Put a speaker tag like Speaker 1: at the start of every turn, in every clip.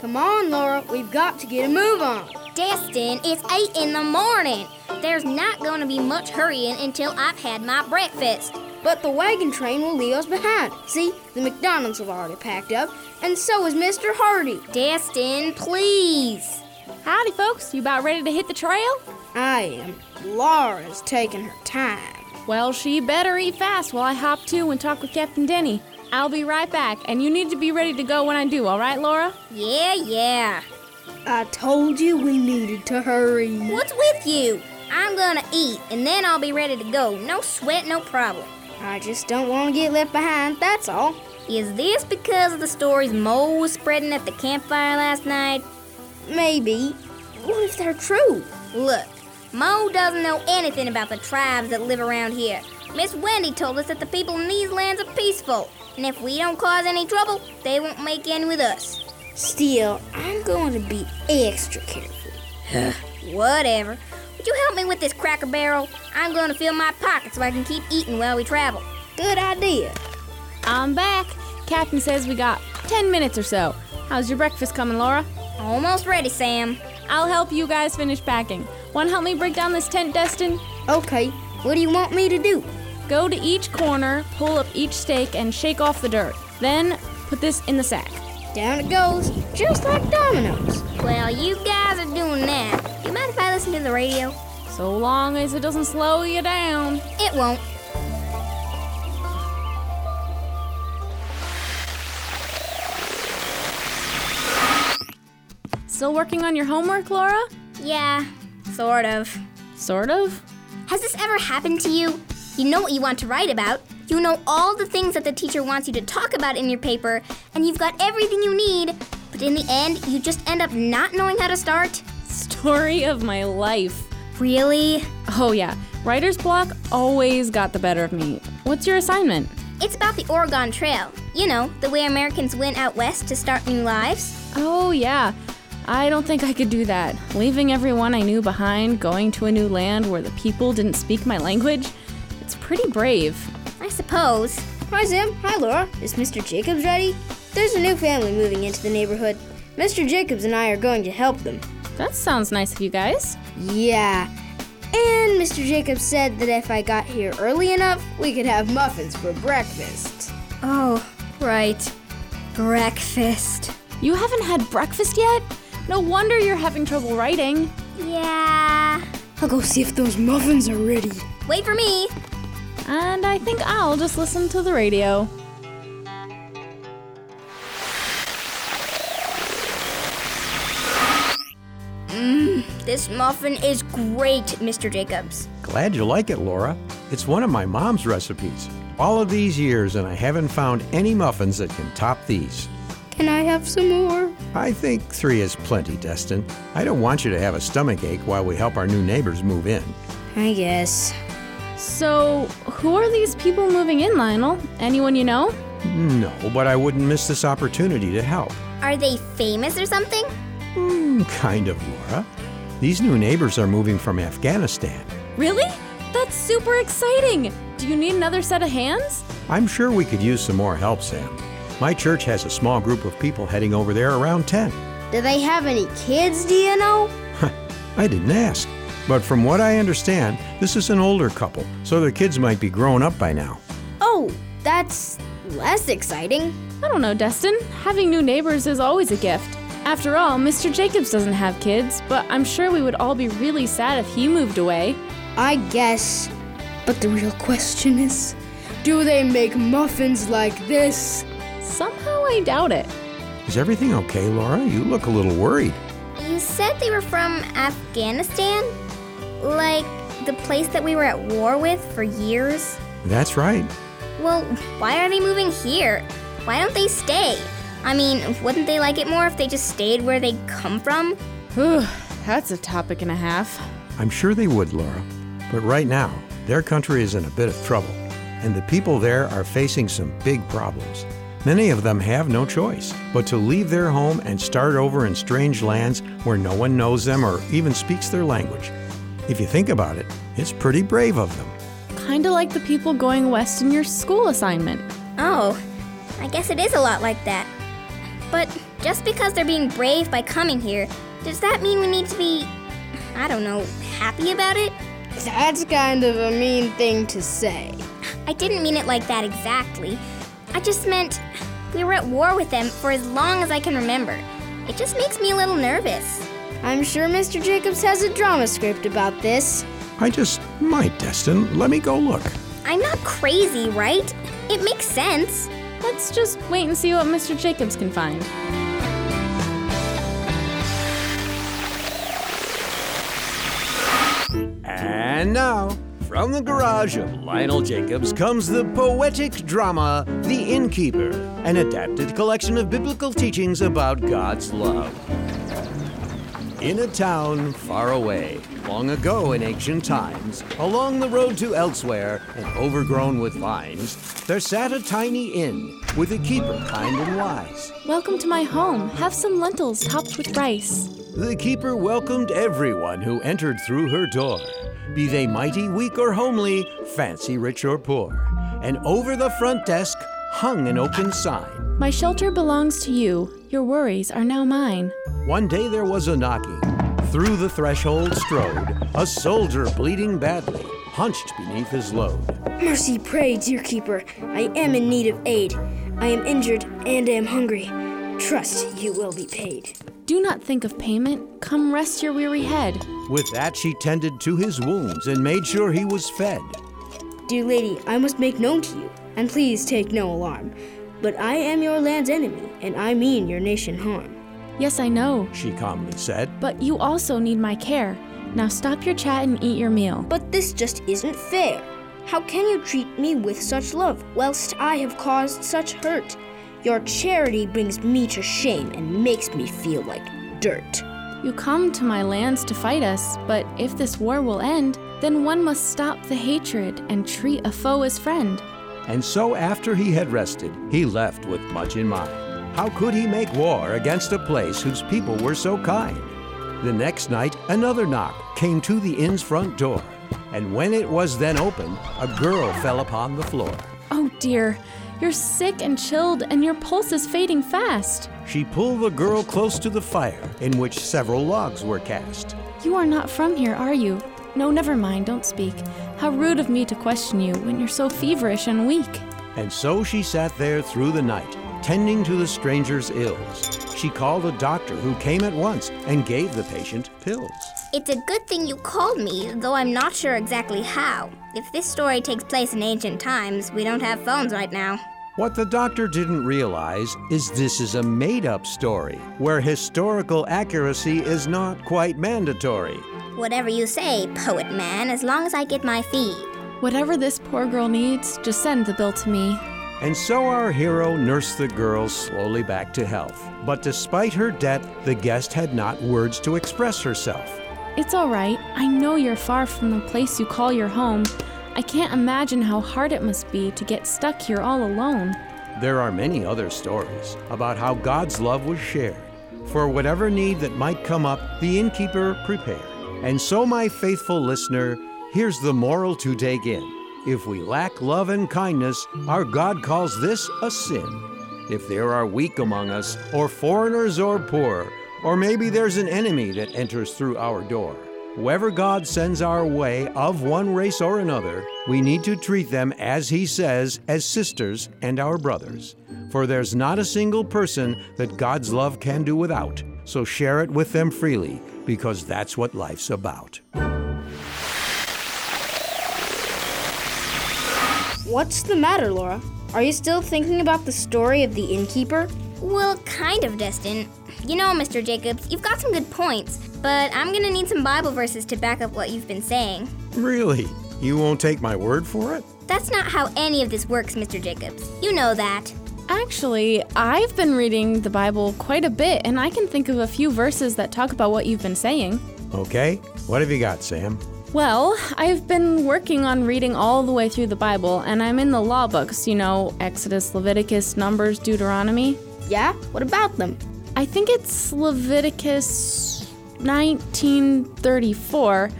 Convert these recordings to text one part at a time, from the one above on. Speaker 1: Come on, Laura, we've got to get a move on.
Speaker 2: Destin, it's 8 in the morning. There's not going to be much hurrying until I've had my breakfast.
Speaker 1: But the wagon train will leave us behind. See, the McDonald's have already packed up, and so is Mr. Hardy.
Speaker 2: Destin, please.
Speaker 3: Howdy, folks. You about ready to hit the trail?
Speaker 1: I am. Laura's taking her time.
Speaker 3: Well, she better eat fast while I hop to and talk with Captain Denny. I'll be right back, and you need to be ready to go when I do, all right, Laura?
Speaker 2: Yeah, yeah.
Speaker 1: I told you we needed to hurry.
Speaker 2: What's with you? I'm gonna eat, and then I'll be ready to go. No sweat, no problem.
Speaker 1: I just don't want to get left behind, that's all.
Speaker 2: Is this because of the stories Mole was spreading at the campfire last night?
Speaker 1: Maybe. What if they're true?
Speaker 2: Look, Mo doesn't know anything about the tribes that live around here. Miss Wendy told us that the people in these lands are peaceful, and if we don't cause any trouble, they won't make any with us.
Speaker 1: Still, I'm going to be extra careful.
Speaker 2: Whatever. Would you help me with this cracker barrel? I'm going to fill my pocket so I can keep eating while we travel.
Speaker 1: Good idea.
Speaker 3: I'm back. Captain says we got 10 minutes or so. How's your breakfast coming, Laura?
Speaker 2: Almost ready, Sam.
Speaker 3: I'll help you guys finish packing. Want to help me break down this tent, Destin?
Speaker 1: Okay, what do you want me to do?
Speaker 3: Go to each corner, pull up each stake, and shake off the dirt. Then put this in the sack.
Speaker 1: Down it goes, just like dominoes.
Speaker 2: Well, you guys are doing that. You mind if I listen to the radio?
Speaker 3: So long as it doesn't slow you down.
Speaker 2: It won't.
Speaker 3: Still working on your homework, Laura?
Speaker 2: Yeah, sort of.
Speaker 3: Sort of.
Speaker 2: Has this ever happened to you? You know what you want to write about, you know all the things that the teacher wants you to talk about in your paper, and you've got everything you need, but in the end, you just end up not knowing how to start?
Speaker 3: Story of my life.
Speaker 2: Really?
Speaker 3: Oh, yeah. Writer's block always got the better of me. What's your assignment?
Speaker 2: It's about the Oregon Trail. You know, the way Americans went out west to start new lives.
Speaker 3: Oh, yeah. I don't think I could do that. Leaving everyone I knew behind, going to a new land where the people didn't speak my language. It's pretty brave.
Speaker 2: I suppose.
Speaker 1: Hi, Zim. Hi, Laura. Is Mr. Jacobs ready? There's a new family moving into the neighborhood. Mr. Jacobs and I are going to help them.
Speaker 3: That sounds nice of you guys.
Speaker 1: Yeah. And Mr. Jacobs said that if I got here early enough, we could have muffins for breakfast.
Speaker 2: Oh, right. Breakfast.
Speaker 3: You haven't had breakfast yet? No wonder you're having trouble writing.
Speaker 2: Yeah.
Speaker 1: I'll go see if those muffins are ready.
Speaker 2: Wait for me.
Speaker 3: And I think I'll just listen to the radio.
Speaker 2: This muffin is great, Mr. Jacobs.
Speaker 4: Glad you like it, Laura. It's one of my mom's recipes. All of these years, and I haven't found any muffins that can top these.
Speaker 1: Can I have some more?
Speaker 4: I think three is plenty, Destin. I don't want you to have a stomach ache while we help our new neighbors move in.
Speaker 1: I guess.
Speaker 3: So, who are these people moving in, Lionel? Anyone you know?
Speaker 4: No, but I wouldn't miss this opportunity to help.
Speaker 2: Are they famous or something?
Speaker 4: Hmm, kind of, Laura. These new neighbors are moving from Afghanistan.
Speaker 3: Really? That's super exciting! Do you need another set of hands?
Speaker 4: I'm sure we could use some more help, Sam. My church has a small group of people heading over there around 10.
Speaker 1: Do they have any kids, do you know?
Speaker 4: I didn't ask. But from what I understand, this is an older couple, so their kids might be grown up by now.
Speaker 1: Oh, that's less exciting.
Speaker 3: I don't know, Destin. Having new neighbors is always a gift. After all, Mr. Jacobs doesn't have kids, but I'm sure we would all be really sad if he moved away.
Speaker 1: I guess. But the real question is do they make muffins like this?
Speaker 3: Somehow I doubt it.
Speaker 4: Is everything okay, Laura? You look a little worried.
Speaker 2: You said they were from Afghanistan? Like the place that we were at war with for years?
Speaker 4: That's right.
Speaker 2: Well, why are they moving here? Why don't they stay? I mean, wouldn't they like it more if they just stayed where they come from?
Speaker 3: Whew, that's a topic and a half.
Speaker 4: I'm sure they would, Laura. But right now, their country is in a bit of trouble, and the people there are facing some big problems. Many of them have no choice but to leave their home and start over in strange lands where no one knows them or even speaks their language. If you think about it, it's pretty brave of them.
Speaker 3: Kinda like the people going west in your school assignment.
Speaker 2: Oh, I guess it is a lot like that. But Just because they're being brave by coming here, does that mean we need to be, I don't know, happy about it?
Speaker 1: That's kind of a mean thing to say.
Speaker 2: I didn't mean it like that exactly. I just meant we were at war with them for as long as I can remember. It just makes me a little nervous.
Speaker 1: I'm sure Mr. Jacobs has a drama script about this.
Speaker 4: I just might, Destin. Let me go look.
Speaker 2: I'm not crazy, right? It makes sense.
Speaker 3: Let's just wait and see what Mr. Jacobs can find.
Speaker 4: And now, from the garage of Lionel Jacobs comes the poetic drama The Innkeeper, an adapted collection of biblical teachings about God's love. In a town far away, long ago in ancient times, along the road to elsewhere and overgrown with vines, there sat a tiny inn with a keeper kind and wise.
Speaker 3: Welcome to my home. Have some lentils topped with rice.
Speaker 4: The keeper welcomed everyone who entered through her door, be they mighty, weak, or homely, fancy, rich, or poor. And over the front desk hung an open sign.
Speaker 3: My shelter belongs to you. Your worries are now mine.
Speaker 4: One day there was a knocking. Through the threshold strode a soldier bleeding badly, hunched beneath his load.
Speaker 1: Mercy, pray, dear keeper. I am in need of aid. I am injured and am hungry. Trust you will be paid.
Speaker 3: Do not think of payment. Come rest your weary head.
Speaker 4: With that, she tended to his wounds and made sure he was fed.
Speaker 1: Dear lady, I must make known to you, and please take no alarm. But I am your land's enemy, and I mean your nation harm.
Speaker 3: Yes, I know,
Speaker 4: She calmly said,
Speaker 3: but you also need my care. Now stop your chat and eat your meal.
Speaker 1: But this just isn't fair. How can you treat me with such love, whilst I have caused such hurt? Your charity brings me to shame and makes me feel like dirt.
Speaker 3: You come to my lands to fight us, but if this war will end, then one must stop the hatred and treat a foe as friend.
Speaker 4: And so, after he had rested, he left with much in mind. How could he make war against a place whose people were so kind? The next night, another knock came to the inn's front door, and when it was then opened, a girl fell upon the floor.
Speaker 3: Oh dear, you're sick and chilled, and your pulse is fading fast.
Speaker 4: She pulled the girl close to the fire, in which several logs were cast.
Speaker 3: You are not from here, are you? No, never mind, don't speak. How rude of me to question you when you're so feverish and weak.
Speaker 4: And so she sat there through the night, tending to the stranger's ills. She called a doctor who came at once and gave the patient pills.
Speaker 2: It's a good thing you called me, though I'm not sure exactly how. If this story takes place in ancient times, we don't have phones right now.
Speaker 4: What the doctor didn't realize is this is a made up story where historical accuracy is not quite mandatory.
Speaker 2: Whatever you say, poet man, as long as I get my fee.
Speaker 3: Whatever this poor girl needs, just send the bill to me.
Speaker 4: And so our hero nursed the girl slowly back to health. But despite her debt, the guest had not words to express herself.
Speaker 3: It's all right. I know you're far from the place you call your home. I can't imagine how hard it must be to get stuck here all alone.
Speaker 4: There are many other stories about how God's love was shared. For whatever need that might come up, the innkeeper prepared. And so, my faithful listener, here's the moral to take in. If we lack love and kindness, our God calls this a sin. If there are weak among us, or foreigners or poor, or maybe there's an enemy that enters through our door, whoever God sends our way of one race or another, we need to treat them as He says, as sisters and our brothers. For there's not a single person that God's love can do without, so share it with them freely, because that's what life's about.
Speaker 1: What's the matter, Laura? Are you still thinking about the story of the innkeeper?
Speaker 2: Well, kind of, Destin. You know, Mr. Jacobs, you've got some good points, but I'm gonna need some Bible verses to back up what you've been saying.
Speaker 4: Really? You won't take my word for it?
Speaker 2: That's not how any of this works, Mr. Jacobs. You know that.
Speaker 3: Actually, I've been reading the Bible quite a bit, and I can think of a few verses that talk about what you've been saying.
Speaker 4: Okay, what have you got, Sam?
Speaker 3: Well, I've been working on reading all the way through the Bible, and I'm in the law books, you know, Exodus, Leviticus, Numbers, Deuteronomy.
Speaker 1: Yeah? What about them?
Speaker 3: I think it's Leviticus 1934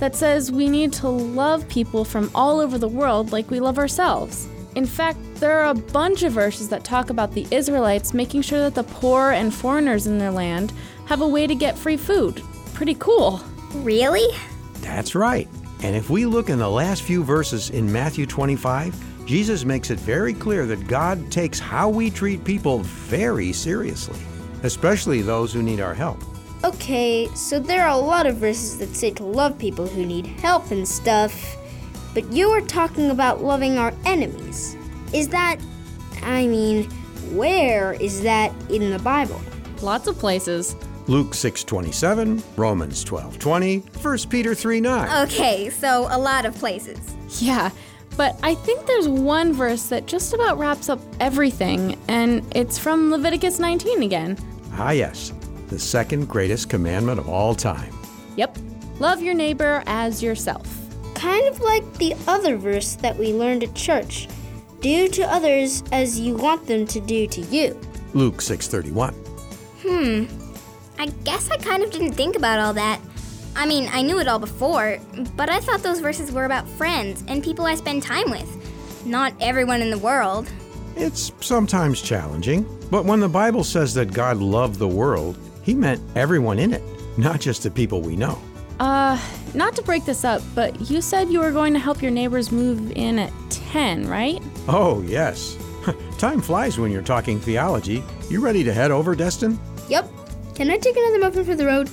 Speaker 3: that says we need to love people from all over the world like we love ourselves. In fact, there are a bunch of verses that talk about the Israelites making sure that the poor and foreigners in their land have a way to get free food. Pretty cool.
Speaker 2: Really?
Speaker 4: That's right. And if we look in the last few verses in Matthew 25, Jesus makes it very clear that God takes how we treat people very seriously, especially those who need our help.
Speaker 1: Okay, so there are a lot of verses that say to love people who need help and stuff, but you were talking about loving our enemies. Is that, I mean, where is that in the Bible?
Speaker 3: Lots of places.
Speaker 4: Luke 6:27, Romans 12:20, 1 Peter 3:9.
Speaker 2: Oh. Okay, so a lot of places.
Speaker 3: Yeah, but I think there's one verse that just about wraps up everything, and it's from Leviticus 19 again.
Speaker 4: Ah yes, the second greatest commandment of all time.
Speaker 3: Yep. Love your neighbor as yourself.
Speaker 1: Kind of like the other verse that we learned at church do to others as you want them to do to you.
Speaker 4: Luke 6:31.
Speaker 2: Hmm. I guess I kind of didn't think about all that. I mean, I knew it all before, but I thought those verses were about friends and people I spend time with, not everyone in the world.
Speaker 4: It's sometimes challenging, but when the Bible says that God loved the world, he meant everyone in it, not just the people we know.
Speaker 3: Uh, not to break this up, but you said you were going to help your neighbors move in at 10, right?
Speaker 4: Oh, yes. Time flies when you're talking theology. You ready to head over, Destin?
Speaker 1: Yep. Can I take another muffin for the road?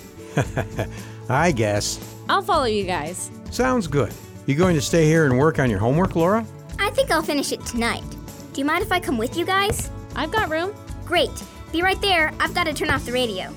Speaker 4: I guess.
Speaker 3: I'll follow you guys.
Speaker 4: Sounds good. You going to stay here and work on your homework, Laura?
Speaker 2: I think I'll finish it tonight. Do you mind if I come with you guys?
Speaker 3: I've got room.
Speaker 2: Great. Be right there. I've got to turn off the radio.